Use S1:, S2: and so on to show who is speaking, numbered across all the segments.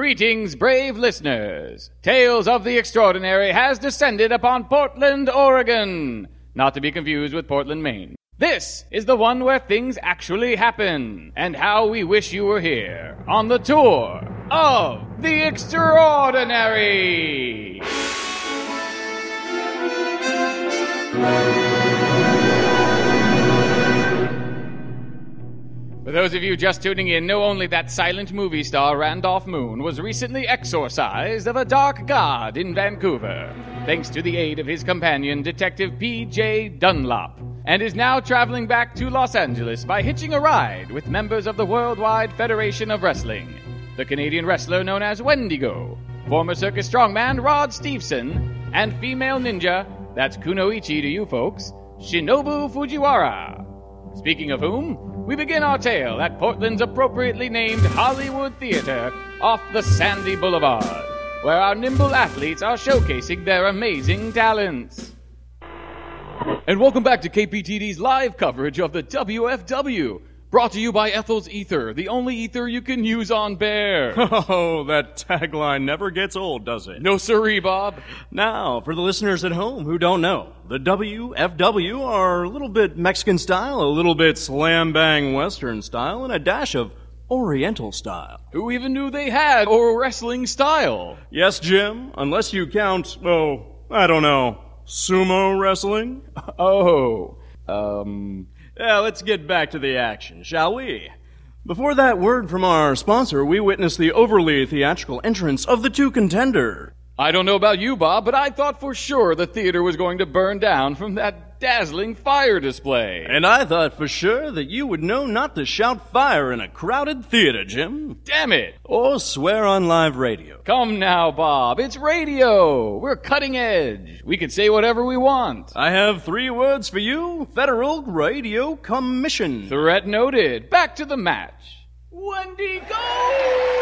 S1: Greetings, brave listeners. Tales of the Extraordinary has descended upon Portland, Oregon. Not to be confused with Portland, Maine. This is the one where things actually happen, and how we wish you were here on the tour of the Extraordinary. For those of you just tuning in, know only that silent movie star Randolph Moon was recently exorcised of a dark god in Vancouver, thanks to the aid of his companion, Detective P.J. Dunlop, and is now traveling back to Los Angeles by hitching a ride with members of the Worldwide Federation of Wrestling, the Canadian wrestler known as Wendigo, former circus strongman Rod Steveson, and female ninja, that's Kunoichi to you folks, Shinobu Fujiwara. Speaking of whom, we begin our tale at Portland's appropriately named Hollywood Theater off the Sandy Boulevard, where our nimble athletes are showcasing their amazing talents. And welcome back to KPTD's live coverage of the WFW, brought to you by Ethel's Ether, the only ether you can use on Bear.
S2: Oh, that tagline never gets old, does it?
S1: no siree, Bob.
S2: Now, for the listeners at home who don't know, the WFW are a little bit Mexican style, a little bit slam bang Western style, and a dash of Oriental style.
S1: Who even knew they had or wrestling style?
S2: Yes, Jim, unless you count, oh, I don't know, sumo wrestling?
S1: Oh, um,
S2: Yeah, let's get back to the action, shall we? Before that word from our sponsor, we witnessed the overly theatrical entrance of the two contender.
S1: I don't know about you, Bob, but I thought for sure the theater was going to burn down from that dazzling fire display.
S2: And I thought for sure that you would know not to shout fire in a crowded theater, Jim.
S1: Damn it!
S2: Or swear on live radio.
S1: Come now, Bob, it's radio! We're cutting edge! We can say whatever we want.
S2: I have three words for you Federal Radio Commission.
S1: Threat noted. Back to the match. Wendy, go!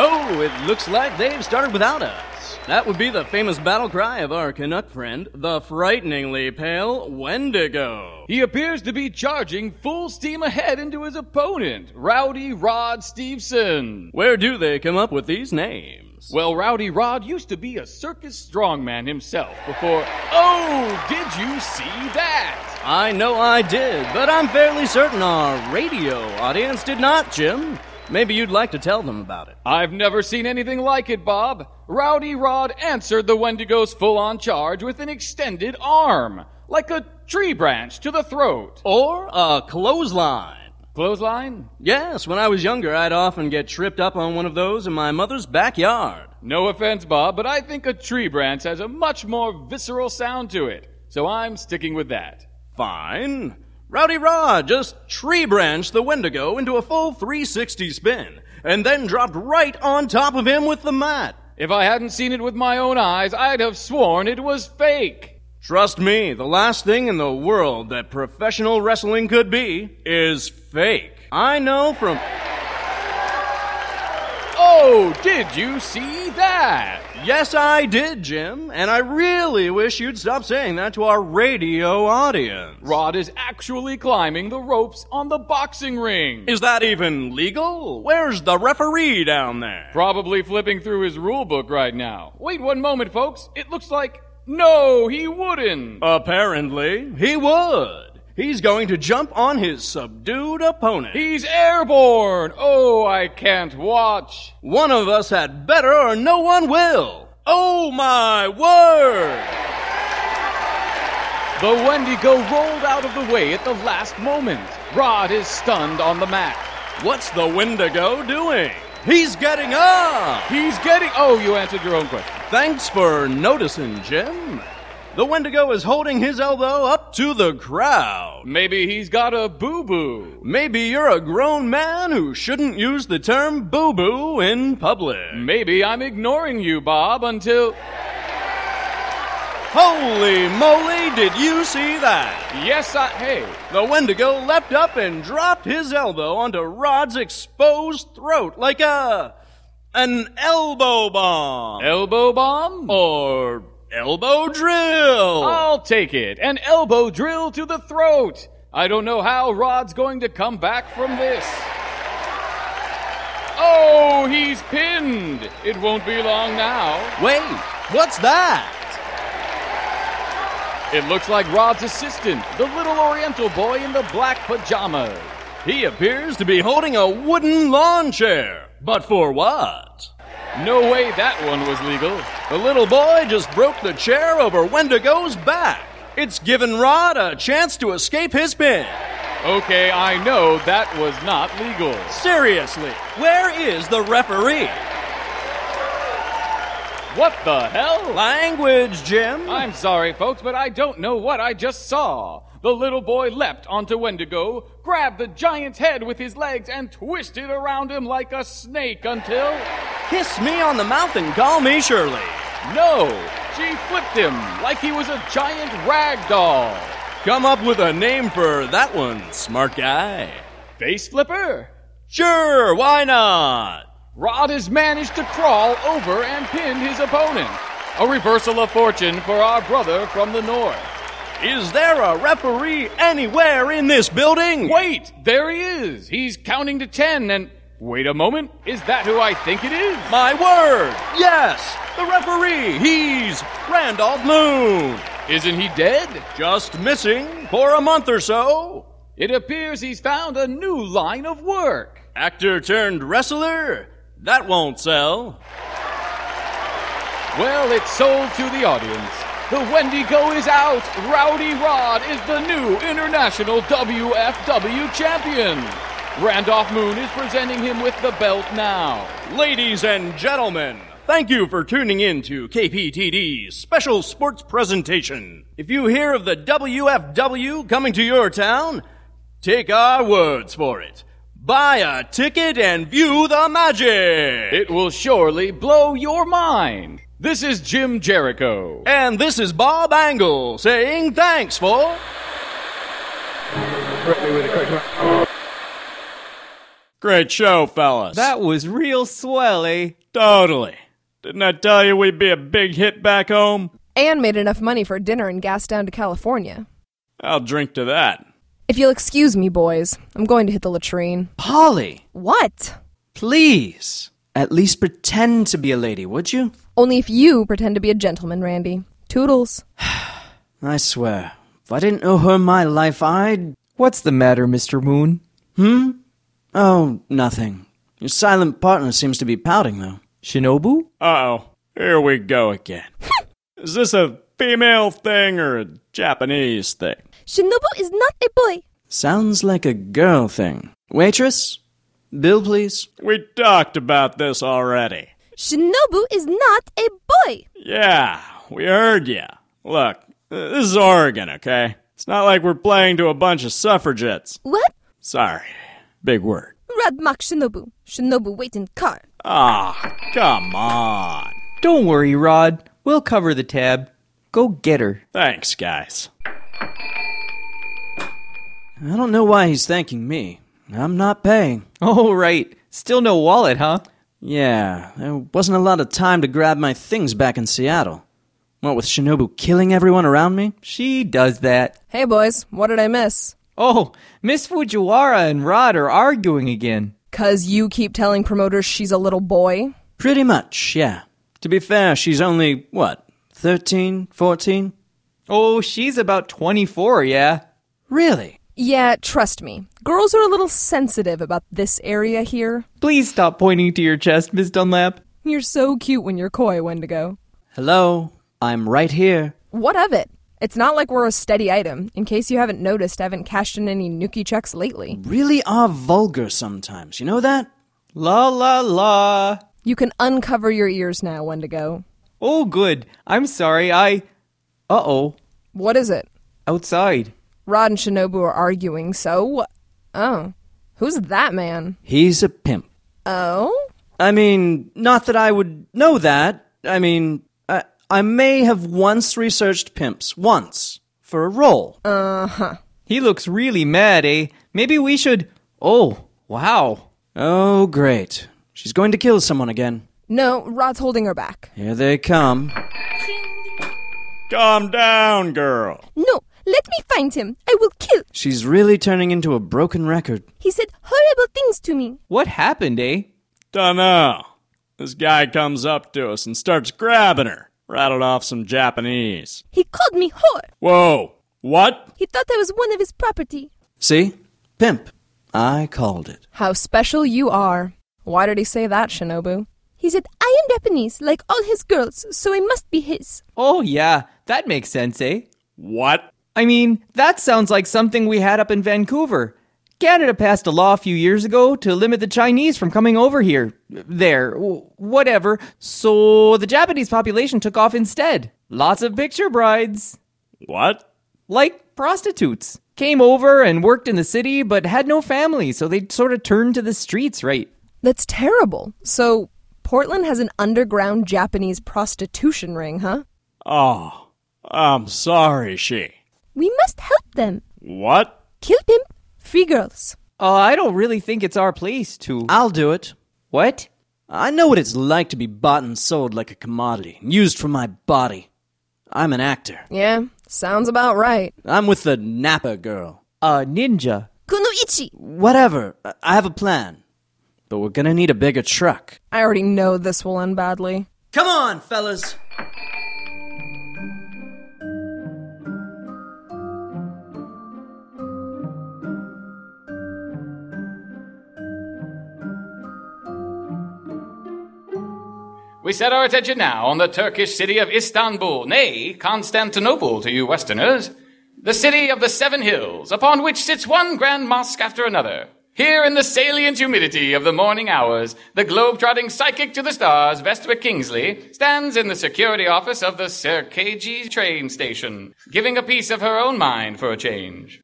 S2: Oh, it looks like they've started without us. That would be the famous battle cry of our Canuck friend, the frighteningly pale Wendigo.
S1: He appears to be charging full steam ahead into his opponent, Rowdy Rod Stevenson.
S2: Where do they come up with these names?
S1: Well, Rowdy Rod used to be a circus strongman himself before. Oh, did you see that?
S2: I know I did, but I'm fairly certain our radio audience did not, Jim. Maybe you'd like to tell them about it.
S1: I've never seen anything like it, Bob. Rowdy Rod answered the Wendigo's full on charge with an extended arm, like a tree branch to the throat.
S2: Or a clothesline.
S1: Clothesline?
S2: Yes, when I was younger, I'd often get tripped up on one of those in my mother's backyard.
S1: No offense, Bob, but I think a tree branch has a much more visceral sound to it, so I'm sticking with that.
S2: Fine. Rowdy Rod just tree branched the Wendigo into a full 360 spin, and then dropped right on top of him with the mat.
S1: If I hadn't seen it with my own eyes, I'd have sworn it was fake.
S2: Trust me, the last thing in the world that professional wrestling could be is fake. I know from.
S1: Oh, did you see that?
S2: Yes, I did, Jim, and I really wish you'd stop saying that to our radio audience.
S1: Rod is actually climbing the ropes on the boxing ring.
S2: Is that even legal? Where's the referee down there?
S1: Probably flipping through his rule book right now. Wait one moment, folks. It looks like. No, he wouldn't.
S2: Apparently, he would. He's going to jump on his subdued opponent.
S1: He's airborne. Oh, I can't watch.
S2: one of us had better, or no one will. Oh my word!
S1: The Wendigo rolled out of the way at the last moment. Rod is stunned on the mat.
S2: What's the Wendigo doing? He's getting up!
S1: He's getting. Oh, you answered your own question.
S2: Thanks for noticing, Jim. The Wendigo is holding his elbow up to the crowd.
S1: Maybe he's got a boo boo.
S2: Maybe you're a grown man who shouldn't use the term boo boo in public.
S1: Maybe I'm ignoring you, Bob, until.
S2: Holy moly, did you see that?
S1: Yes, I. Hey.
S2: The Wendigo leapt up and dropped his elbow onto Rod's exposed throat like a. an elbow bomb.
S1: Elbow bomb?
S2: or elbow drill.
S1: I'll take it. An elbow drill to the throat. I don't know how Rod's going to come back from this. Oh, he's pinned. It won't be long now.
S2: Wait, what's that?
S1: It looks like Rod's assistant, the little Oriental boy in the black pajamas.
S2: He appears to be holding a wooden lawn chair. But for what?
S1: No way that one was legal.
S2: The little boy just broke the chair over Wendigo's back. It's given Rod a chance to escape his pin.
S1: Okay, I know that was not legal.
S2: Seriously, where is the referee?
S1: What the hell?
S2: Language, Jim.
S1: I'm sorry, folks, but I don't know what I just saw. The little boy leapt onto Wendigo, grabbed the giant's head with his legs, and twisted around him like a snake until.
S2: Kiss me on the mouth and call me Shirley.
S1: No! She flipped him like he was a giant rag doll.
S2: Come up with a name for that one, smart guy.
S1: Face flipper?
S2: Sure, why not?
S1: Rod has managed to crawl over and pin his opponent. A reversal of fortune for our brother from the north.
S2: Is there a referee anywhere in this building?
S1: Wait, there he is. He's counting to ten and. Wait a moment, is that who I think it is?
S2: My word! Yes! The referee! He's Randolph Moon!
S1: Isn't he dead?
S2: Just missing for a month or so.
S1: It appears he's found a new line of work.
S2: Actor turned wrestler? That won't sell.
S1: Well, it's sold to the audience. The Wendigo is out. Rowdy Rod is the new international WFW champion. Randolph Moon is presenting him with the belt now.
S2: Ladies and gentlemen, thank you for tuning in to KPTD's special sports presentation. If you hear of the WFW coming to your town, take our words for it. Buy a ticket and view the magic!
S1: It will surely blow your mind. This is Jim Jericho.
S2: And this is Bob Angle saying thanks for. Great show, fellas.
S3: That was real swell, eh?
S2: totally. Didn't I tell you we'd be a big hit back home?
S4: and made enough money for dinner and gas down to California.
S2: I'll drink to that.
S4: If you'll excuse me, boys, I'm going to hit the latrine.
S3: Polly,
S4: What?
S3: please. At least pretend to be a lady, would you?
S4: Only if you pretend to be a gentleman, Randy. Toodles.
S3: I swear, if I didn't owe her my life, I'd. What's the matter, Mr. Moon? Hmm? Oh, nothing. Your silent partner seems to be pouting, though. Shinobu?
S2: Uh oh. Here we go again. Is this a female thing or a Japanese thing?
S4: Shinobu is not a boy.
S3: Sounds like a girl thing. Waitress? Bill, please.
S2: We talked about this already.
S4: Shinobu is not a boy.
S2: Yeah, we heard ya. Look, th- this is Oregon, okay? It's not like we're playing to a bunch of suffragettes.
S4: What?
S2: Sorry. Big word.
S4: Rod mock Shinobu. Shinobu wait in car.
S2: Ah, come on.
S5: Don't worry, Rod. We'll cover the tab. Go get her.
S2: Thanks, guys.
S3: I don't know why he's thanking me. I'm not paying.
S5: Oh, right. Still no wallet, huh?
S3: Yeah, there wasn't a lot of time to grab my things back in Seattle. What with Shinobu killing everyone around me?
S5: She does that.
S4: Hey, boys, what did I miss?
S5: Oh, Miss Fujiwara and Rod are arguing again.
S4: Cause you keep telling promoters she's a little boy?
S3: Pretty much, yeah. To be fair, she's only, what, 13, 14?
S5: Oh, she's about 24, yeah?
S3: Really?
S4: Yeah, trust me. Girls are a little sensitive about this area here.
S5: Please stop pointing to your chest, Miss Dunlap.
S4: You're so cute when you're coy, Wendigo.
S3: Hello, I'm right here.
S4: What of it? It's not like we're a steady item. In case you haven't noticed, I haven't cashed in any Nuki checks lately.
S3: Really are vulgar sometimes, you know that?
S5: La la la.
S4: You can uncover your ears now, Wendigo.
S5: Oh, good. I'm sorry, I. Uh oh.
S4: What is it?
S5: Outside.
S4: Rod and Shinobu are arguing, so. Oh. Who's that man?
S3: He's a pimp.
S4: Oh?
S3: I mean, not that I would know that. I mean, I, I may have once researched pimps, once, for a role.
S5: He looks really mad, eh? Maybe we should. Oh, wow.
S3: oh, great. She's going to kill someone again.
S4: No, Rod's holding her back.
S3: Here they come.
S2: Calm down, girl.
S4: No, let me find him. I will kill.
S3: She's really turning into a broken record.
S4: He said horrible things to me.
S5: What happened, eh?
S2: Dunno. This guy comes up to us and starts grabbing her, rattling off some Japanese.
S6: He called me whore.
S2: Whoa. What?
S6: He thought I was one of his property.
S3: See? Pimp. I called it.
S4: How special you are. Why did he say that, Shinobu?
S6: He said, I am Japanese, like all his girls, so I must be his.
S5: Oh, yeah, that makes sense, eh?
S2: What?
S5: I mean, that sounds like something we had up in Vancouver. Canada passed a law a few years ago to limit the Chinese from coming over here, there, wh- whatever, so the Japanese population took off instead. Lots of picture brides,
S2: What?
S5: like prostitutes, came over and worked in the city but had no family, so they sort of turned to the streets, right?
S4: That's terrible. So, Portland has an underground Japanese prostitution ring, huh?
S2: Oh, I'm sorry, she.
S6: We must help them.
S2: What?
S6: Kill them. Free girls.
S5: Uh, I don't really think it's our place to.
S3: I'll do it.
S5: what?
S3: I know what it's like to be bought and sold like a commodity, and used for my body. I'm an actor.
S4: Yeah, sounds about right.
S3: I'm with the Napa girl.
S5: A ninja.
S6: Kunoichi.
S3: Whatever. I- I have a plan. But we're gonna need a bigger truck.
S4: I already know this will end badly.
S3: Come on, fellas!
S1: We set our attention now on the Turkish city of Istanbul, nay, Constantinople to you Westerners, the city of the seven hills, upon which sits one grand mosque after another. Here in the salient humidity of the morning hours, the globe-trotting psychic to the stars, Vestwick Kingsley, stands in the security office of the Sirkeci train station, giving a piece of her own mind for a change.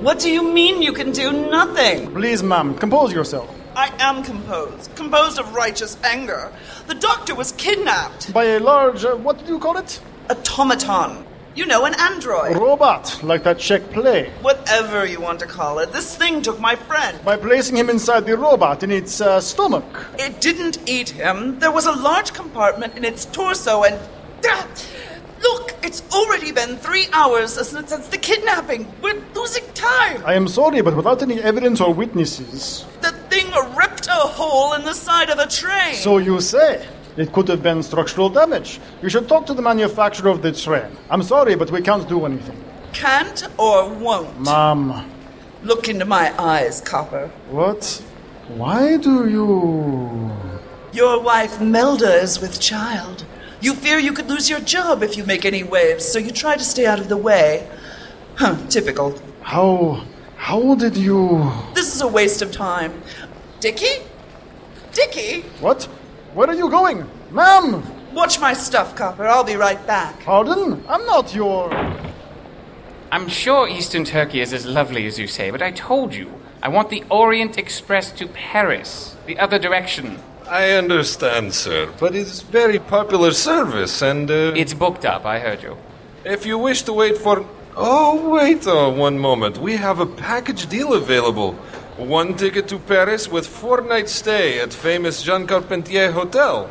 S7: What do you mean you can do nothing?
S8: Please, ma'am, compose yourself.
S7: I am composed, composed of righteous anger. The doctor was kidnapped.
S8: By a large, uh, what did you call it?
S7: Automaton. You know, an android.
S8: Robot, like that Czech play.
S7: Whatever you want to call it, this thing took my friend.
S8: By placing him inside the robot in its uh, stomach.
S7: It didn't eat him. There was a large compartment in its torso and. Ah! Look, it's already been three hours since, since the kidnapping. We're losing time.
S8: I am sorry, but without any evidence or witnesses.
S7: The thing ripped a hole in the side of a train.
S8: So you say. It could have been structural damage. You should talk to the manufacturer of the train. I'm sorry, but we can't do anything.
S7: Can't or won't.
S8: Ma'am,
S7: Look into my eyes, copper.
S8: what? Why do you.
S7: Your wife Melda is with child. You fear you could lose your job if you make any waves, so you try to stay out of the way. Huh, typical.
S8: How. How did you.
S7: This is a waste of time. Dickie? Dickie?
S8: What? Where are you going? Ma'am!
S7: Watch my stuff, Copper. I'll be right back.
S8: Pardon? I'm not your.
S1: I'm sure Eastern Turkey is as lovely as you say, but I told you, I want the Orient Express to Paris, the other direction.
S9: I understand, sir, but it's very popular service, and uh,
S1: It's booked up, I heard you.
S9: if you wish to wait for. Oh, wait uh, one moment. We have a package deal available. One ticket to Paris with four night stay at famous Jean Carpentier Hotel.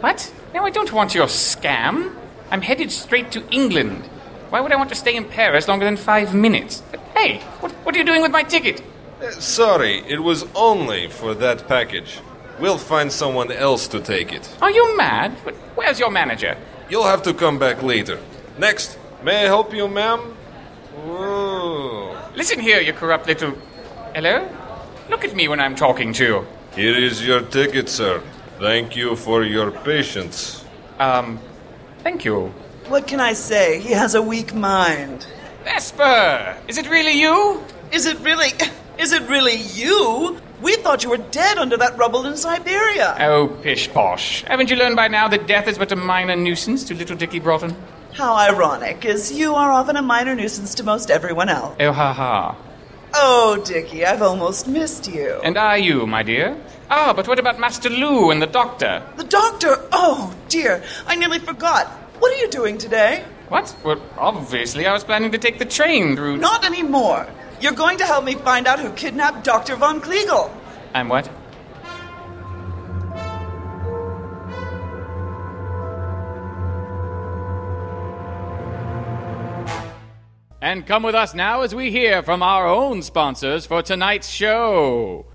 S1: What? No, I don't want your scam. I'm headed straight to England. Why would I want to stay in Paris longer than five minutes? But hey, what, what are you doing with my ticket?
S9: Uh, sorry, it was only for that package. We'll find someone else to take it.
S1: Are you mad? But Where's your manager?
S9: You'll have to come back later. Next, may I help you, ma'am? Ooh.
S1: Listen here, you corrupt little. Hello? Look at me when I'm talking to you.
S9: Here is your ticket, sir. Thank you for your patience.
S1: Um, thank you.
S7: What can I say? He has a weak mind.
S1: Vesper! Is it really you?
S7: Is it really. Is it really you? We thought you were dead under that rubble in Siberia.
S1: Oh, pish posh. Haven't you learned by now that death is but a minor nuisance to little Dickie Broughton?
S7: How ironic, as you are often a minor nuisance to most everyone else.
S1: Oh, ha ha.
S7: Oh, Dickie, I've almost missed you.
S1: And are you, my dear? Ah, but what about Master Lou and the doctor?
S7: The doctor! Oh, dear, I nearly forgot. What are you doing today?
S1: What? Well, obviously, I was planning to take the train through.
S7: Not anymore. You're going to help me find out who kidnapped Dr. Von Kliegel.
S1: I'm what? And come with us now as we hear from our own sponsors for tonight's show.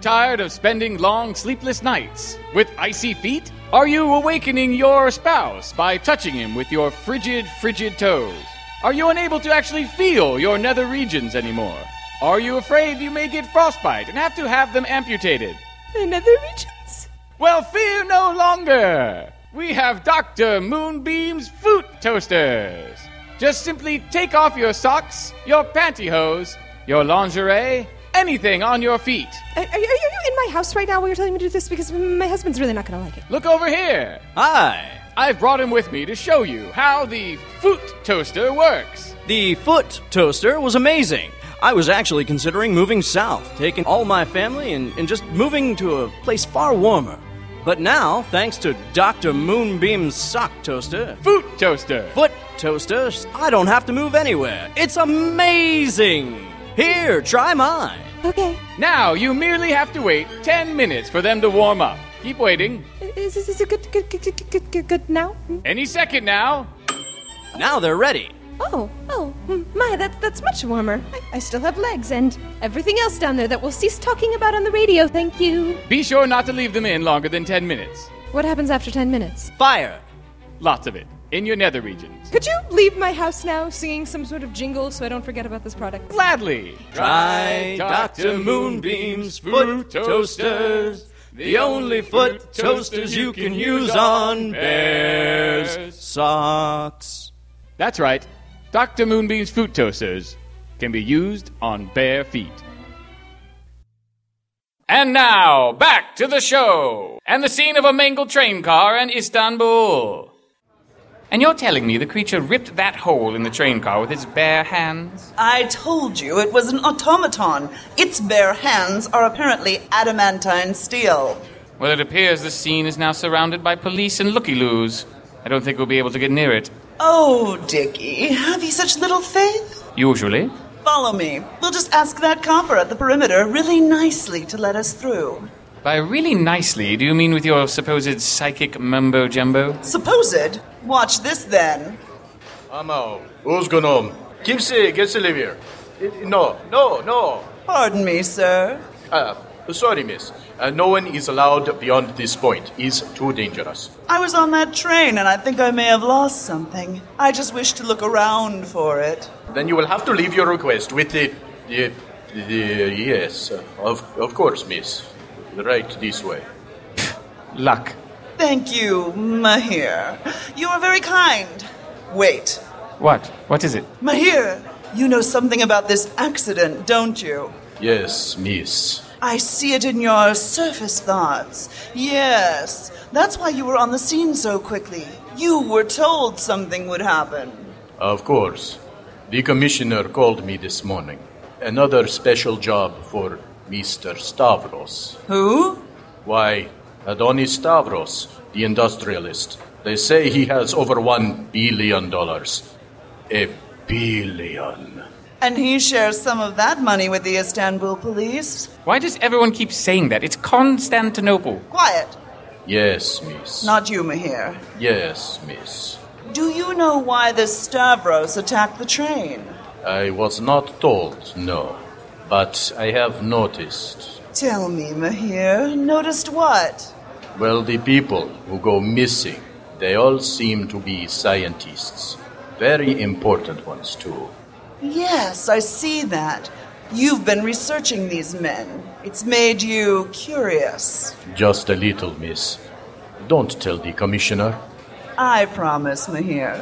S1: Tired of spending long sleepless nights with icy feet? Are you awakening your spouse by touching him with your frigid, frigid toes? Are you unable to actually feel your nether regions anymore? Are you afraid you may get frostbite and have to have them amputated?
S6: Another regions?
S1: Well, fear no longer! We have Dr. Moonbeam's Fruit Toasters! Just simply take off your socks, your pantyhose, your lingerie, anything on your feet.
S6: Are, are, are you in my house right now while you're telling me to do this? Because my husband's really not going to like it.
S1: Look over here!
S2: Hi!
S1: I've brought him with me to show you how the Fruit Toaster works.
S2: The foot toaster was amazing. I was actually considering moving south, taking all my family and, and just moving to a place far warmer. But now, thanks to Dr. Moonbeam's sock toaster,
S1: Fruit Toaster!
S2: foot toaster, I don't have to move anywhere. It's amazing! Here, try mine.
S6: Okay.
S1: Now you merely have to wait 10 minutes for them to warm up. Keep waiting.
S6: Is this is it good, good, good, good, good, good, good now? Hmm.
S1: Any second now.
S2: Now they're ready.
S6: Oh, oh, hmm, my, that, that's much warmer. I, I still have legs and everything else down there that we'll cease talking about on the radio, thank you.
S1: Be sure not to leave them in longer than 10 minutes.
S6: What happens after 10 minutes?
S2: Fire.
S1: Lots of it. In your nether regions.
S6: Could you leave my house now singing some sort of jingle so I don't forget about this product?
S1: Gladly.
S2: Try Dr. Moonbeam's foot toasters. The only foot toasters you can use on bears' socks.
S1: That's right. Dr. Moonbeam's Fruit Toasters can be used on bare feet. And now, back to the show and the scene of a mangled train car in Istanbul. And you're telling me the creature ripped that hole in the train car with its bare hands?
S7: I told you it was an automaton. Its bare hands are apparently adamantine steel.
S1: Well, it appears the scene is now surrounded by police and looky loos. I don't think we'll be able to get near it.
S7: Oh, Dickie, have you such little faith?
S1: Usually.
S7: Follow me. We'll just ask that copper at the perimeter really nicely to let us through.
S1: By really nicely, do you mean with your supposed psychic mumbo jumbo?
S7: Supposed. Watch this then.
S10: Amo, Uzgonom, Kimse, Geselivir. No, no, no.
S7: Pardon me, sir.
S10: Uh, sorry, miss. Uh, no one is allowed beyond this point. It's too dangerous.
S7: I was on that train and I think I may have lost something. I just wish to look around for it.
S10: Then you will have to leave your request with the. the, the yes, of, of course, miss. Right this way.
S1: Luck.
S7: Thank you, Mahir. You are very kind. Wait,
S1: What? What is it?
S7: Mahir, you know something about this accident, don't you?
S10: Yes, miss.
S7: I see it in your surface thoughts. Yes, that's why you were on the scene so quickly. You were told something would happen.
S10: Of course. The commissioner called me this morning. Another special job for Mr. Stavros.
S7: Who?
S10: Why, Adonis Stavros, the industrialist. They say he has over one billion dollars. A billion.
S7: And he shares some of that money with the Istanbul police.
S1: Why does everyone keep saying that? It's Constantinople.
S7: Quiet.
S10: Yes, miss.
S7: Not you, Mahir.
S10: Yes, miss.
S7: Do you know why this Stavros attacked the train?
S10: I was not told, no. But I have noticed.
S7: Tell me, Mahir. Noticed what?
S10: Well, the people who go missing, they all seem to be scientists. Very important ones, too.
S7: Yes, I see that. You've been researching these men. It's made you curious.
S10: Just a little, miss. Don't tell the commissioner.
S7: I promise, Mahir.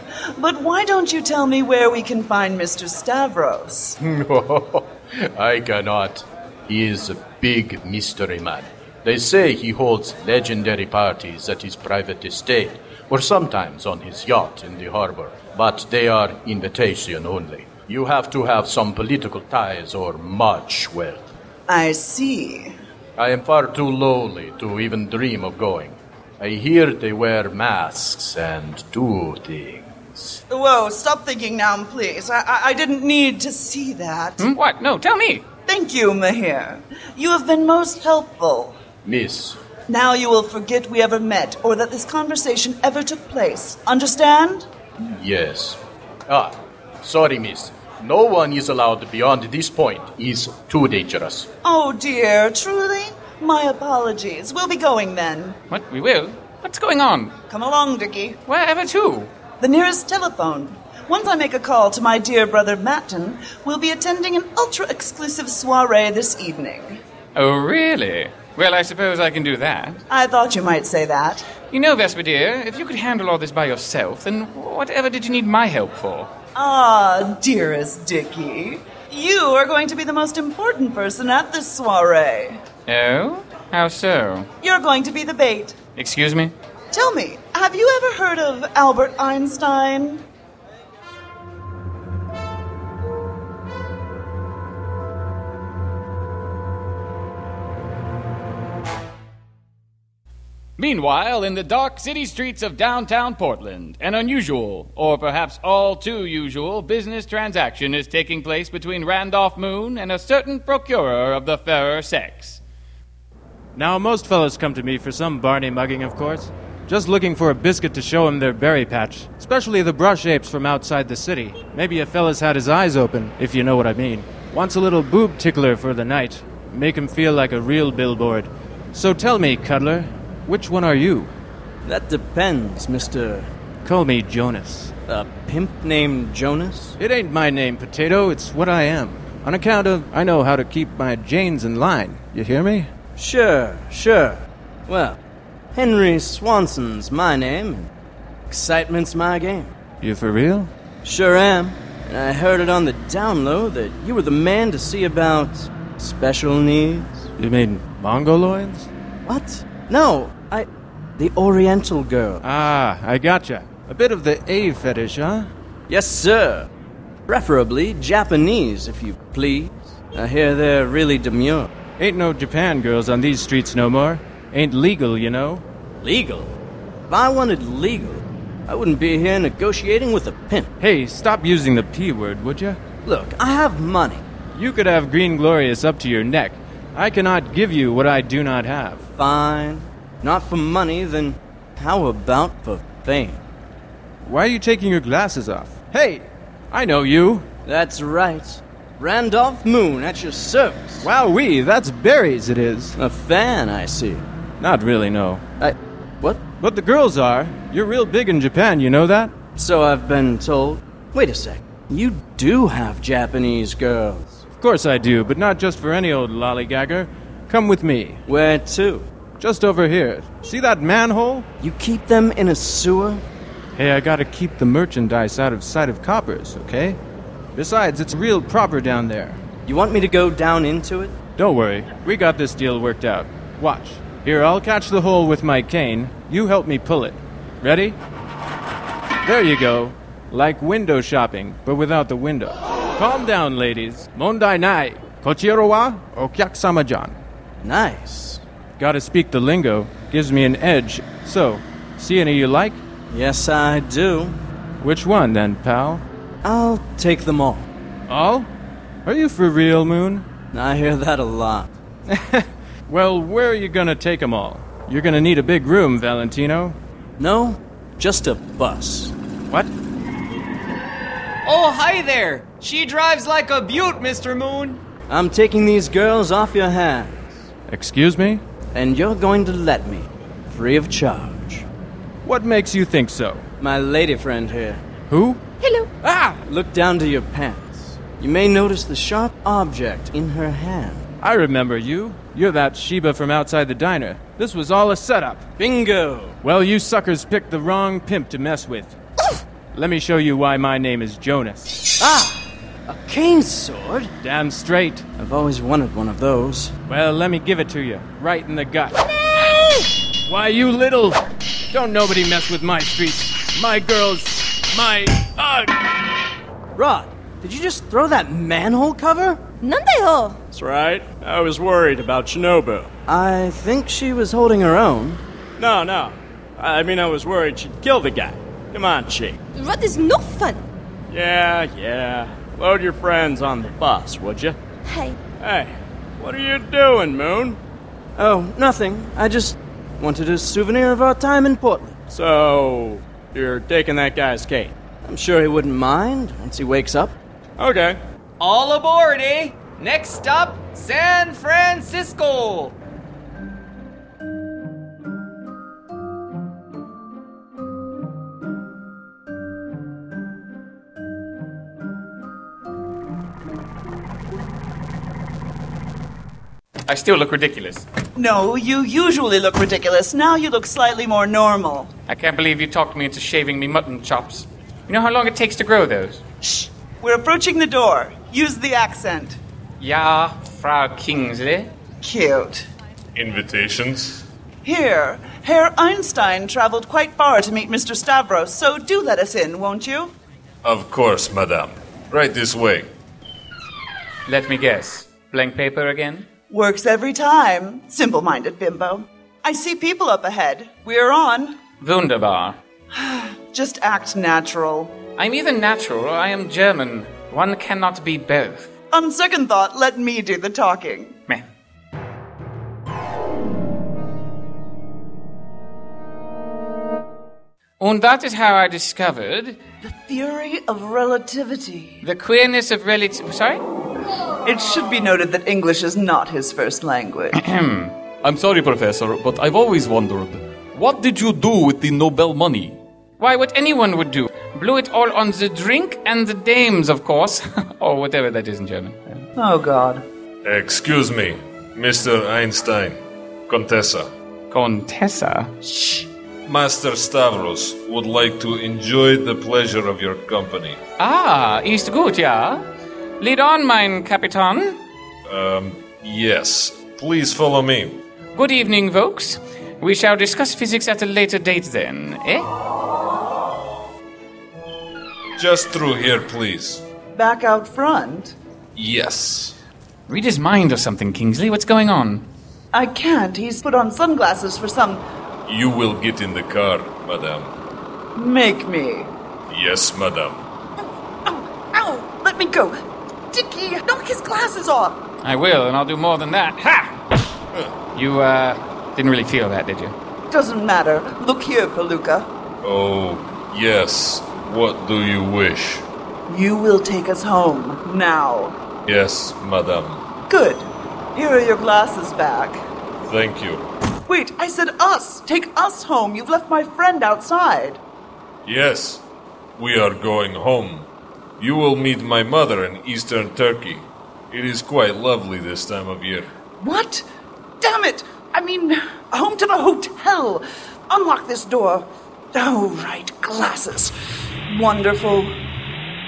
S7: But why don't you tell me where we can find Mr. Stavros?
S10: No, I cannot. He is a big mystery man. They say he holds legendary parties at his private estate, or sometimes on his yacht in the harbor, but they are invitation only. You have to have some political ties or much wealth.
S7: I see.
S10: I am far too lowly to even dream of going. I hear they wear masks and do things.
S7: Whoa, stop thinking now, please. I, I, I didn't need to see that.
S1: Hmm? What? No, tell me.
S7: Thank you, Mahir. You have been most helpful.
S10: Miss,
S7: Now you will forget we ever met or that this conversation ever took place. Understand?
S10: Yes. Ah, sorry, miss. No one is allowed beyond this point. It's too dangerous.
S7: Oh dear, truly? My apologies. We'll be going then.
S1: What? We will? What's going on?
S7: Come along, Dickie.
S1: Wherever to?
S7: The nearest telephone. Once I make a call to my dear brother Matton, we'll be attending an ultra exclusive soiree this evening.
S1: Oh, really? Well, I suppose I can do that.
S7: I thought you might say that.
S1: You know, Vespa dear, if you could handle all this by yourself, then whatever did you need my help for?
S7: Ah, dearest Dickie, you are going to be the most important person at this soiree.
S1: Oh? How so?
S7: You're going to be the bait.
S1: Excuse me?
S7: Tell me, have you ever heard of Albert Einstein?
S1: Meanwhile, in the dark city streets of downtown Portland, an unusual, or perhaps all too usual, business transaction is taking place between Randolph Moon and a certain procurer of the fairer sex.
S11: Now, most fellows come to me for some Barney mugging, of course. Just looking for a biscuit to show 'em their berry patch, especially the brush apes from outside the city. Maybe a fella's had his eyes open, if you know what I mean. Wants a little boob tickler for the night. Make him feel like a real billboard. So tell me, Cuddler, which one are you?
S3: That depends, Mr.
S11: Call me Jonas.
S3: A pimp named Jonas?
S11: It ain't my name, Potato, it's what I am. On account of I know how to keep my Janes in line. You hear me?
S3: Sure, sure. Well, Henry Swanson's my name, and excitement's my game.
S11: You for real?
S3: Sure am. And I heard it on the down low that you were the man to see about special needs.
S11: You mean mongoloids?
S3: What? No, I. The Oriental girl.
S11: Ah, I gotcha. A bit of the A fetish, huh?
S3: Yes, sir. Preferably Japanese, if you please. I hear they're really demure.
S11: Ain't no Japan girls on these streets no more. Ain't legal, you know.
S3: Legal? If I wanted legal, I wouldn't be here negotiating with a pimp.
S11: Hey, stop using the P word, would you?
S3: Look, I have money.
S11: You could have Green Glorious up to your neck. I cannot give you what I do not have.
S3: Fine. Not for money, then how about for fame?
S11: Why are you taking your glasses off? Hey, I know you.
S3: That's right. Randolph Moon at your service.
S11: Wowee, that's berries it is.
S3: A fan, I see.
S11: Not really, no.
S3: I. What?
S11: But the girls are. You're real big in Japan, you know that?
S3: So I've been told. Wait a sec. You do have Japanese girls.
S11: Of course I do, but not just for any old lollygagger. Come with me.
S3: Where to?
S11: Just over here. See that manhole?
S3: You keep them in a sewer?
S11: Hey, I gotta keep the merchandise out of sight of coppers, okay? Besides, it's real proper down there.
S3: You want me to go down into it?
S11: Don't worry, we got this deal worked out. Watch. Here, I'll catch the hole with my cane. You help me pull it. Ready? There you go. Like window shopping, but without the window. Calm down, ladies. Mondai nai. Kochiro wa okyakusama-jan.
S3: Nice.
S11: Gotta speak the lingo. Gives me an edge. So, see any you like?
S3: Yes, I do.
S11: Which one then, pal?
S3: I'll take them all.
S11: All? Are you for real, Moon?
S3: I hear that a lot.
S11: Well, where are you gonna take 'em all? You're gonna need a big room, Valentino.
S3: No, just a bus.
S11: What?
S5: Oh, hi there! She drives like a butte, Mr. Moon!
S3: I'm taking these girls off your hands,
S11: Excuse me?
S3: and you're going to let me, free of charge.
S11: What makes you think so?
S3: My lady friend here,
S11: Who?
S6: Hello.
S11: Ah!
S3: look down to your pants. You may notice the sharp object in her hand.
S11: I remember you. You're that Sheba from outside the diner. This was all a setup.
S3: Bingo!
S11: Well, you suckers picked the wrong pimp to mess with. Let me show you why my name is Jonas.
S3: Ah! A cane sword?
S11: Damn straight.
S3: I've always wanted one of those.
S11: Well, let me give it to you. Right in the gut. Why, you little. Don't nobody mess with my streets. My girls. My. Ugh!
S3: Rod, did you just throw that manhole cover?
S6: Nandeho.
S2: That's right. I was worried about Shinobu.
S3: I think she was holding her own.
S2: No, no. I mean, I was worried she'd kill the guy. Come on, chick.
S6: That is no fun.
S2: Yeah, yeah. Load your friends on the bus, would you?
S6: Hi.
S2: Hey, what are you doing, Moon?
S3: Oh, nothing. I just wanted a souvenir of our time in Portland.
S2: So, you're taking that guy's cane.
S3: I'm sure he wouldn't mind once he wakes up.
S2: Okay.
S5: All aboard, eh? Next stop, San Francisco!
S1: I still look ridiculous.
S7: No, you usually look ridiculous. Now you look slightly more normal.
S1: I can't believe you talked me into shaving me mutton chops. You know how long it takes to grow those?
S7: We're approaching the door. Use the accent.
S1: Ja, Frau Kingsley.
S7: Cute.
S9: Invitations?
S7: Here, Herr Einstein traveled quite far to meet Mr. Stavros, so do let us in, won't you?
S9: Of course, madame. Right this way.
S1: Let me guess. Blank paper again?
S7: Works every time. Simple minded bimbo. I see people up ahead. We're on.
S1: Wunderbar.
S7: Just act natural.
S1: I'm either natural or I am German. One cannot be both.
S7: On second thought, let me do the talking.
S1: Meh. And that is how I discovered
S7: The theory of relativity.
S1: the queerness of relative. Sorry?
S7: It should be noted that English is not his first language.
S12: I'm sorry, Professor, but I've always wondered what did you do with the Nobel money?
S1: Why, what anyone would do. Blew it all on the drink and the dames, of course. or whatever that is in German.
S7: Oh, God.
S9: Excuse me, Mr. Einstein. Contessa.
S1: Contessa?
S9: Shh. Master Stavros would like to enjoy the pleasure of your company.
S1: Ah, ist gut, ja? Lead on, mein Kapitan.
S9: Um, yes. Please follow me.
S1: Good evening, folks. We shall discuss physics at a later date then, eh?
S9: Just through here, please.
S7: Back out front.
S9: Yes.
S1: Read his mind or something, Kingsley. What's going on?
S7: I can't. He's put on sunglasses for some.
S9: You will get in the car, madame.
S7: Make me.
S9: Yes, madame.
S7: Ow! Let me go! Dicky, knock his glasses off!
S1: I will, and I'll do more than that. Ha! You, uh, didn't really feel that, did you?
S7: Doesn't matter. Look here, Paluca.
S9: Oh, yes. What do you wish?
S7: You will take us home. Now.
S9: Yes, madame.
S7: Good. Here are your glasses back.
S9: Thank you.
S7: Wait, I said us! Take us home! You've left my friend outside.
S9: Yes, we are going home. You will meet my mother in eastern Turkey. It is quite lovely this time of year.
S7: What? Damn it! I mean, home to the hotel! Unlock this door. Oh, right, glasses. Wonderful.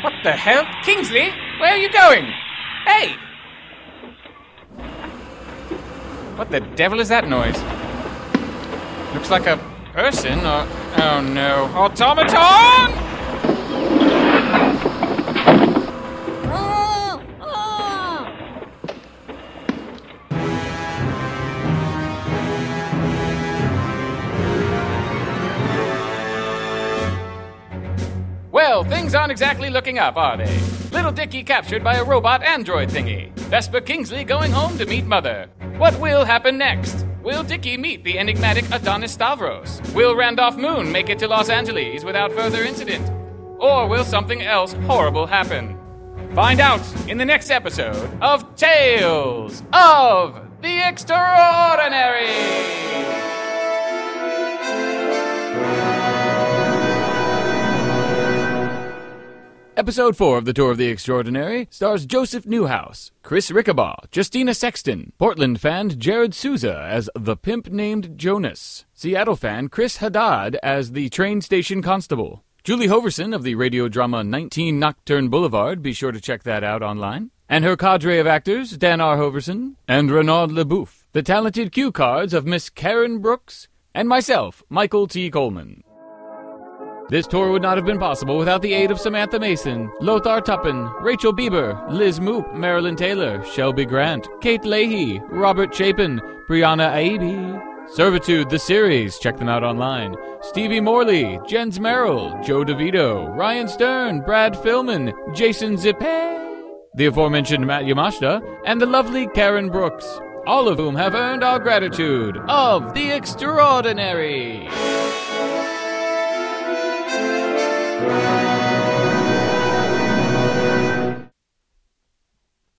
S1: What the hell? Kingsley, where are you going? Hey! What the devil is that noise? Looks like a person or. Oh no. Automaton! Well, things aren't exactly looking up, are they? Little Dicky captured by a robot android thingy. Vespa Kingsley going home to meet Mother. What will happen next? Will Dicky meet the enigmatic Adonis Stavros? Will Randolph Moon make it to Los Angeles without further incident? Or will something else horrible happen? Find out in the next episode of Tales of the Extraordinary!
S13: Episode 4 of The Tour of the Extraordinary stars Joseph Newhouse, Chris Rickabaugh, Justina Sexton, Portland fan Jared Souza as the pimp named Jonas, Seattle fan Chris Haddad as the train station constable, Julie Hoverson of the radio drama 19 Nocturne Boulevard, be sure to check that out online, and her cadre of actors Dan R. Hoverson and Renaud Leboeuf, the talented cue cards of Miss Karen Brooks, and myself, Michael T. Coleman. This tour would not have been possible without the aid of Samantha Mason, Lothar Tuppen, Rachel Bieber, Liz Moop, Marilyn Taylor, Shelby Grant, Kate Leahy, Robert Chapin, Brianna Aiby. Servitude, the series, check them out online. Stevie Morley, Jens Merrill, Joe DeVito, Ryan Stern, Brad Filman, Jason Zippe, the aforementioned Matt Yamashita, and the lovely Karen Brooks, all of whom have earned our gratitude of the extraordinary.